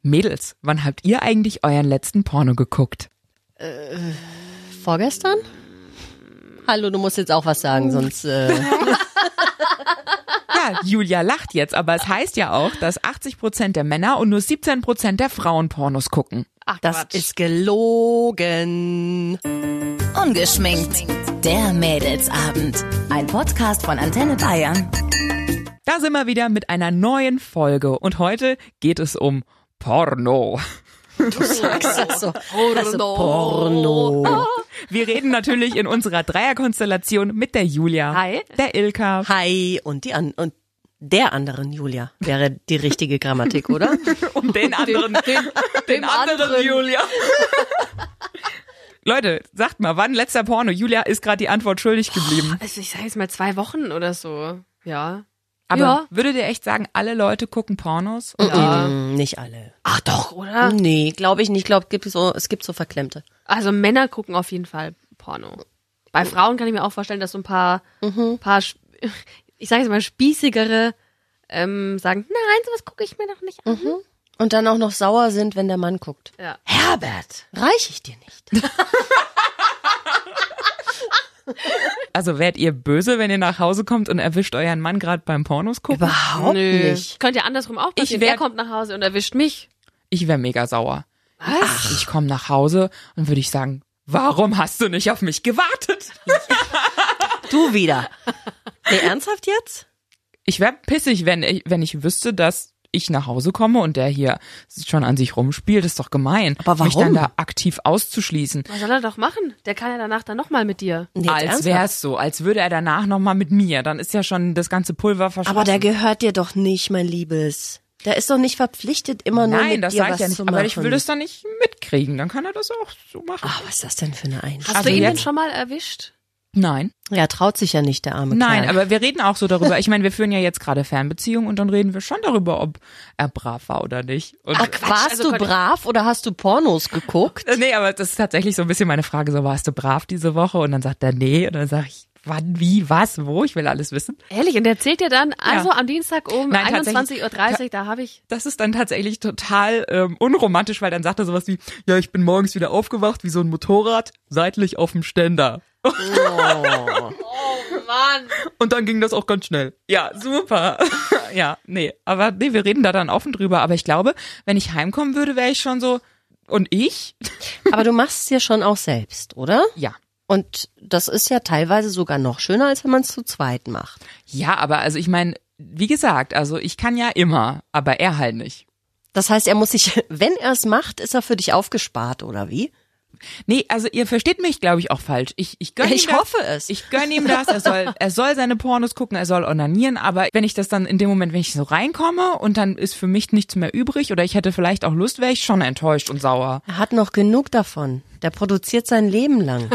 Mädels, wann habt ihr eigentlich euren letzten Porno geguckt? Vorgestern? Hallo, du musst jetzt auch was sagen, sonst. Äh, Ja, Julia lacht jetzt, aber es heißt ja auch, dass 80 Prozent der Männer und nur 17 Prozent der Frauen Pornos gucken. Ach, das ist gelogen. Ungeschminkt. Der Mädelsabend. Ein Podcast von Antenne Bayern. Da sind wir wieder mit einer neuen Folge und heute geht es um Porno. Also, Porno. Porno. Wir reden natürlich in unserer Dreierkonstellation mit der Julia, Hi. der Ilka Hi und die an und der anderen Julia wäre die richtige Grammatik, oder? und den anderen, den, dem anderen. Julia. Leute, sagt mal, wann letzter Porno? Julia ist gerade die Antwort schuldig geblieben. Also ich sage jetzt mal zwei Wochen oder so. Ja. Aber Ja. würdet ihr echt sagen, alle Leute gucken Pornos? ja. Hm, Nicht alle. Ach doch, oder? Nee, glaube ich nicht. Glaub, gibt so, es gibt so verklemmte. Also Männer gucken auf jeden Fall Porno. Bei Frauen kann ich mir auch vorstellen, dass so ein paar, Mhm. paar sch- ich sage jetzt mal, spießigere ähm, sagen, nein, sowas gucke ich mir doch nicht an. Mhm. Und dann auch noch sauer sind, wenn der Mann guckt. Ja. Herbert, reich ich dir nicht. Also wärt ihr böse, wenn ihr nach Hause kommt und erwischt euren Mann gerade beim Pornos gucken? Überhaupt Nö. nicht. Könnte ja andersrum auch Ich passieren. wär- Der kommt nach Hause und erwischt mich. Ich wäre mega sauer. Was? Ach, ich komme nach Hause und würde ich sagen, warum hast du nicht auf mich gewartet? Du wieder. Nee, ernsthaft jetzt? Ich wäre pissig, wenn ich, wenn ich wüsste, dass ich nach Hause komme und der hier schon an sich rumspielt, ist doch gemein. Aber Mich dann warum? da aktiv auszuschließen. Was soll er doch machen? Der kann ja danach dann nochmal mit dir. Nee, jetzt als ernsthaft? wär's so, als würde er danach nochmal mit mir. Dann ist ja schon das ganze Pulver verschwunden. Aber der gehört dir doch nicht, mein Liebes. Der ist doch nicht verpflichtet, immer nur Nein, mit das dir sag was ich ja nicht. zu Aber ich machen. will das dann nicht mitkriegen. Dann kann er das auch so machen. Ach, was ist das denn für eine Hast Einstellung? Also, Also du ihn denn jetzt- schon mal erwischt? Nein. Ja, traut sich ja nicht, der arme Nein, Kerl. aber wir reden auch so darüber. Ich meine, wir führen ja jetzt gerade Fernbeziehung und dann reden wir schon darüber, ob er brav war oder nicht. Und Ach, warst also du Gott- brav oder hast du Pornos geguckt? Äh, Nee, aber das ist tatsächlich so ein bisschen meine Frage, so warst du brav diese Woche? Und dann sagt er nee und dann sage ich, wann, wie, was, wo, ich will alles wissen. Ehrlich, und der zählt dir dann, also am Dienstag um Nein, tatsächlich- 21.30 Uhr, da habe ich Das ist dann tatsächlich total ähm, unromantisch, weil dann sagt er sowas wie, ja, ich bin morgens wieder aufgewacht wie so ein Motorrad, seitlich auf dem Ständer. Oh. Mann. Und dann ging das auch ganz schnell. Ja, super. ja, nee, aber nee, wir reden da dann offen drüber. Aber ich glaube, wenn ich heimkommen würde, wäre ich schon so, und ich? Aber du machst es ja schon auch selbst, oder? Ja. Und das ist ja teilweise sogar noch schöner, als wenn man es zu zweit macht. Ja, aber also ich meine, wie gesagt, also ich kann ja immer, aber er halt nicht. Das heißt, er muss sich, wenn er es macht, ist er für dich aufgespart, oder wie? Nee, also ihr versteht mich, glaube ich, auch falsch. Ich, ich gönne Ich ihm das. hoffe es. Ich gönne ihm das. Er soll, er soll seine Pornos gucken, er soll onanieren, aber wenn ich das dann in dem Moment, wenn ich so reinkomme und dann ist für mich nichts mehr übrig oder ich hätte vielleicht auch Lust, wäre ich schon enttäuscht und sauer. Er hat noch genug davon. Der produziert sein Leben lang.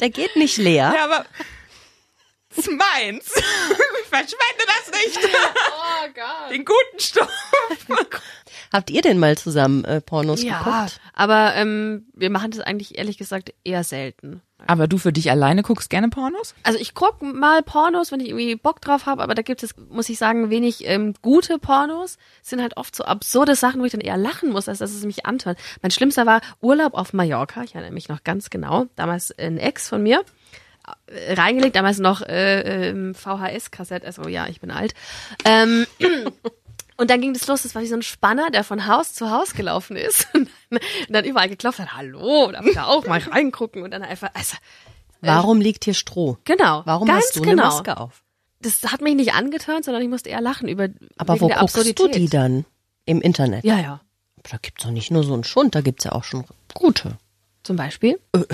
Der geht nicht leer. Ja, aber das ist meins. Ich verschwende das nicht. Oh Gott. Den guten Stoff. Habt ihr denn mal zusammen äh, Pornos Ja, geguckt? aber ähm, wir machen das eigentlich ehrlich gesagt eher selten. Aber du für dich alleine guckst gerne Pornos? Also ich guck mal Pornos, wenn ich irgendwie Bock drauf habe, aber da gibt es, muss ich sagen, wenig ähm, gute Pornos. Es sind halt oft so absurde Sachen, wo ich dann eher lachen muss, als dass es mich antört. Mein schlimmster war Urlaub auf Mallorca, ich erinnere mich noch ganz genau, damals ein Ex von mir. äh, Reingelegt, damals noch äh, ähm, VHS-Kassette, also ja, ich bin alt. Ähm, Und dann ging das los, das war wie so ein Spanner, der von Haus zu Haus gelaufen ist und dann, und dann überall geklopft hat, hallo, darf ich da auch mal reingucken und dann einfach, also, Warum liegt hier Stroh? genau. Warum ganz hast du genau. eine Maske auf? Das hat mich nicht angetönt, sondern ich musste eher lachen über Aber wegen wo der guckst Absurdität. du die dann? Im Internet? Ja, ja. Da gibt's doch nicht nur so einen Schund, da gibt's ja auch schon gute. Zum Beispiel.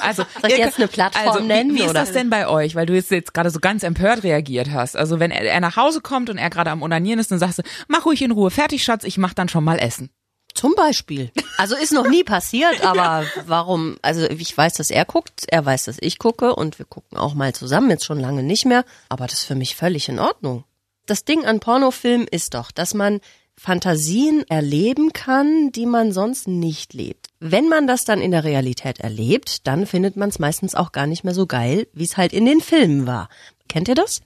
Also, ich ihr jetzt könnt- eine Plattform also, wie- nennen, Wie ist oder? das denn bei euch? Weil du jetzt, jetzt gerade so ganz empört reagiert hast. Also wenn er, er nach Hause kommt und er gerade am Onanieren ist, dann sagst du, mach ruhig in Ruhe, fertig Schatz, ich mach dann schon mal Essen. Zum Beispiel. Also ist noch nie passiert, aber warum? Also ich weiß, dass er guckt, er weiß, dass ich gucke und wir gucken auch mal zusammen, jetzt schon lange nicht mehr, aber das ist für mich völlig in Ordnung. Das Ding an Pornofilmen ist doch, dass man Fantasien erleben kann, die man sonst nicht lebt. Wenn man das dann in der Realität erlebt, dann findet man es meistens auch gar nicht mehr so geil, wie es halt in den Filmen war. Kennt ihr das?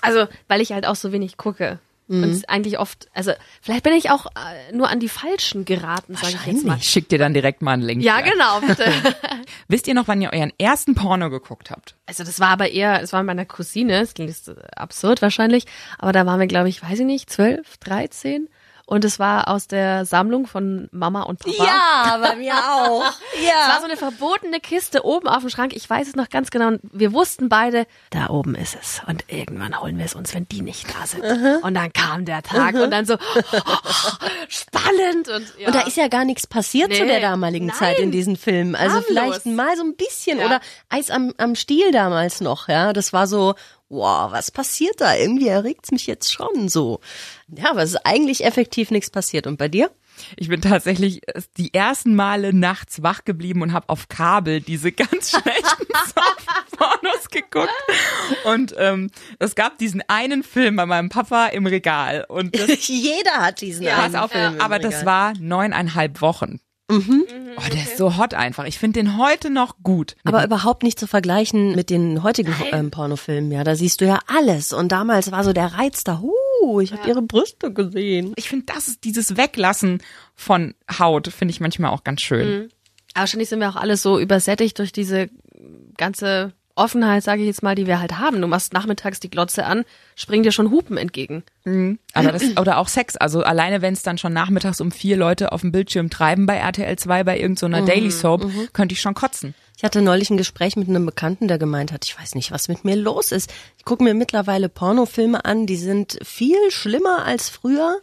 Also, weil ich halt auch so wenig gucke. Mhm. Und es ist eigentlich oft, also vielleicht bin ich auch äh, nur an die Falschen geraten, sage ich jetzt mal. Ich schick dir dann direkt mal einen Link. Ja, genau, bitte. Wisst ihr noch, wann ihr euren ersten Porno geguckt habt? Also das war aber eher, das war mit meiner Cousine, das klingt jetzt äh, absurd wahrscheinlich, aber da waren wir, glaube ich, weiß ich nicht, 12, 13 und es war aus der Sammlung von Mama und Papa. Ja, bei mir auch. Es war Ja. so eine verbotene Kiste oben auf dem Schrank. Ich weiß es noch ganz genau. Und wir wussten beide, da oben ist es. Und irgendwann holen wir es uns, wenn die nicht da sind. Und dann kam der Tag und dann so oh, spannend. Und, ja. Und da ist ja gar nichts passiert zu Nee. der damaligen Nein. Zeit in diesen Filmen. Also Harmlos. vielleicht mal so ein bisschen Ja. oder Eis am, am Stiel damals noch, ja. Das war so, wow, was passiert da? Irgendwie erregt's mich jetzt schon so. Ja, aber es ist eigentlich effektiv nichts passiert. Und bei dir? Ich bin tatsächlich äh, die ersten Male nachts wach geblieben und habe auf Kabel diese ganz schlechten Pornos geguckt. Und ähm, es gab diesen einen Film bei meinem Papa im Regal. Und das, Jeder hat diesen Ja, einen pass auf, Film im aber das Regal. war neuneinhalb Wochen. Mhm. Oh, der ist so hot einfach. Ich finde den heute noch gut. Aber überhaupt nicht zu vergleichen mit den heutigen ähm, Pornofilmen, ja. Da siehst du ja alles. Und damals war so der Reiz da, huh, ich habe ihre Brüste gesehen. ich finde, das ist dieses Weglassen von Haut, finde ich manchmal auch ganz schön. Aber wahrscheinlich sind wir auch alle so übersättigt durch diese ganze Offenheit, sage ich jetzt mal, die wir halt haben. Du machst nachmittags die Glotze an, springen dir schon Hupen entgegen. Aber das, oder auch Sex. Also alleine, wenn es dann schon nachmittags um vier Leute auf dem Bildschirm treiben bei RTL 2 bei irgendeiner Daily Soap, könnte ich schon kotzen. Ich hatte neulich ein Gespräch mit einem Bekannten, der gemeint hat, ich weiß nicht, was mit mir los ist. Ich gucke mir mittlerweile Pornofilme an, die sind viel schlimmer als früher.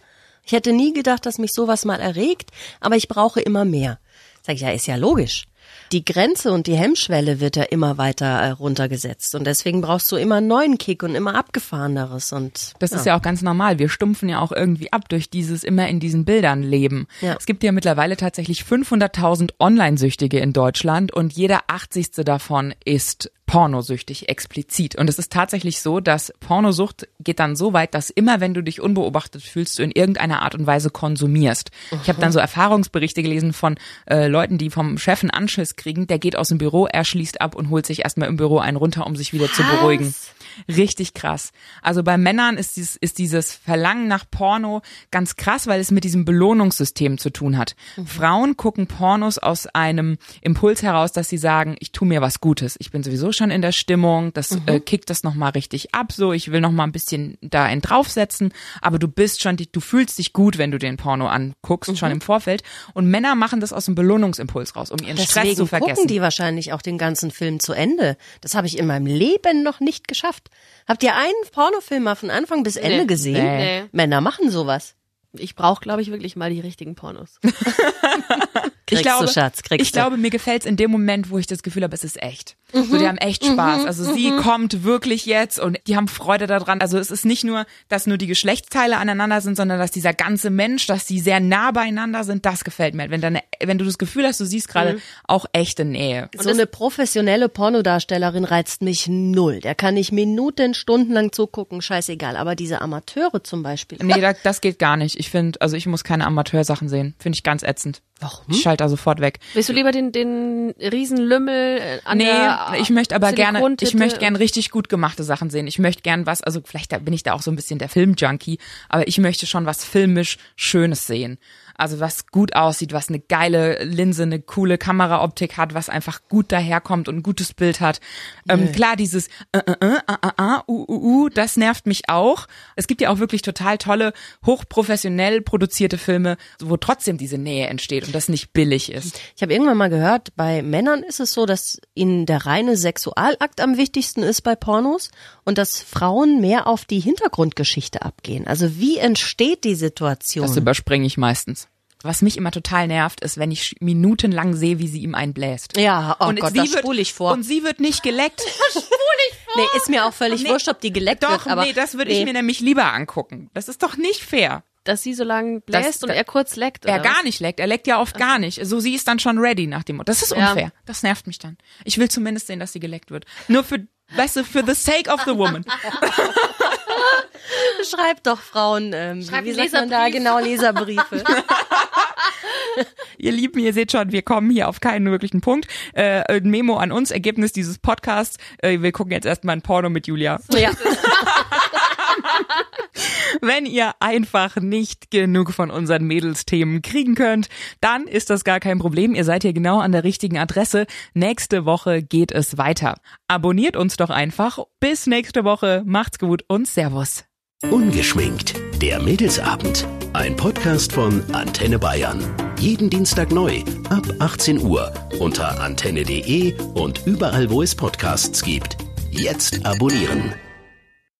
Ich hätte nie gedacht, dass mich sowas mal erregt, aber ich brauche immer mehr. Sag ich, ja, ist ja logisch. Die Grenze und die Hemmschwelle wird ja immer weiter äh, runtergesetzt und deswegen brauchst du immer einen neuen Kick und immer abgefahreneres und Das ist ja auch ganz normal. Wir stumpfen ja auch irgendwie ab durch dieses immer in diesen Bildern leben. Ja. Es gibt ja mittlerweile tatsächlich 500.000 Online-Süchtige in Deutschland und jeder 80. davon ist pornosüchtig explizit. Und es ist tatsächlich so, dass Pornosucht geht dann so weit, dass immer wenn du dich unbeobachtet fühlst, du in irgendeiner Art und Weise konsumierst. Ich habe dann so Erfahrungsberichte gelesen von äh, Leuten, die vom Chef einen Anschiss kriegen, der geht aus dem Büro, er schließt ab und holt sich erstmal im Büro einen runter, um sich wieder zu beruhigen. Richtig krass. Also bei Männern ist dieses, ist dieses Verlangen nach Porno ganz krass, weil es mit diesem Belohnungssystem zu tun hat. Frauen gucken Pornos aus einem Impuls heraus, dass sie sagen, ich tue mir was Gutes. Ich bin sowieso schon in der Stimmung, das äh, kickt das nochmal richtig ab, so ich will nochmal ein bisschen da einen draufsetzen, aber du bist schon, die- du fühlst dich gut, wenn du den Porno anguckst, schon im Vorfeld. Und Männer machen das aus einem Belohnungsimpuls raus, um ihren Stress zu Deswegen vergessen. gucken die wahrscheinlich auch den ganzen Film zu Ende. Das habe ich in meinem Leben noch nicht geschafft. Habt ihr einen Pornofilm mal von Anfang bis Ende Nee. gesehen? Nee. Männer machen sowas. Ich brauche, glaube ich, wirklich mal die richtigen Pornos. Kriegst du, Schatz, kriegst ich du. Mhm. glaube, mir gefällt's in dem Moment, wo ich das Gefühl habe, es ist echt. So, die haben echt Spaß. Also sie kommt wirklich jetzt und die haben Freude daran. Also es ist nicht nur, dass nur die Geschlechtsteile aneinander sind, sondern dass dieser ganze Mensch, dass sie sehr nah beieinander sind, das gefällt mir. Wenn, deine, wenn du das Gefühl hast, du siehst gerade Mhm. auch echte Nähe. So eine professionelle Pornodarstellerin reizt mich null. Da kann ich Minuten, stundenlang zugucken, scheißegal. Aber diese Amateure zum Beispiel. Nee, da, das geht gar nicht. Ich finde, also ich muss keine Amateursachen sehen. Finde ich ganz ätzend. Warum? Ich schalte da sofort weg. Willst du lieber den, den Riesenlümmel äh, an der Nee, ich möchte aber gerne, ich Silikontitte? möchte gern richtig gut gemachte Sachen sehen. Ich möchte gern was, also vielleicht da bin ich da auch so ein bisschen der Filmjunkie, aber ich möchte schon was filmisch Schönes sehen. Also was gut aussieht, was eine geile Linse, eine coole Kameraoptik hat, was einfach gut daherkommt und ein gutes Bild hat. Ähm, klar, dieses äh, äh, äh, ah, ah, ah, uh, uh, uh, das nervt mich auch. Es gibt ja auch wirklich total tolle, hochprofessionell produzierte Filme, wo trotzdem diese Nähe entsteht und das nicht billig ist. Ich habe irgendwann mal gehört, bei Männern ist es so, dass ihnen der reine Sexualakt am wichtigsten ist bei Pornos und dass Frauen mehr auf die Hintergrundgeschichte abgehen. Also wie entsteht die Situation? Das überspringe ich meistens. Was mich immer total nervt, ist, wenn ich minutenlang sehe, wie sie ihm einbläst. Ja, oh Gott, das spule ich vor. Und sie wird nicht geleckt. Nee, ist mir auch völlig wurscht, ob die geleckt Doch, wird. Aber nee, das würde ich mir nämlich lieber angucken. Das ist doch nicht fair. dass sie so lange Das- bläst und er kurz leckt. Er oder gar nicht leckt. Er leckt ja oft gar nicht. So, sie ist dann schon ready nach dem Motto. Das ist Ja. unfair. Das nervt mich dann. Ich will zumindest sehen, dass sie geleckt wird. Nur für, weißt du, for the sake of the woman. Schreibt doch Frauen, ähm, Schreibt wie einen sagt man da Leserbrief. genau Leserbriefe? Ihr Lieben, ihr seht schon, wir kommen hier auf keinen wirklichen Punkt. Äh, ein Memo an uns, Ergebnis dieses Podcasts. Äh, wir gucken jetzt erstmal ein Porno mit Julia. ja. Wenn ihr einfach nicht genug von unseren Mädelsthemen kriegen könnt, dann ist das gar kein Problem. Ihr seid hier genau an der richtigen Adresse. Nächste Woche geht es weiter. Abonniert uns doch einfach. Bis nächste Woche. Macht's gut und Servus. Ungeschminkt. Der Mädelsabend. Ein Podcast von Antenne Bayern. Jeden Dienstag neu ab 18 Uhr unter antenne.de und überall, wo es Podcasts gibt. Jetzt abonnieren.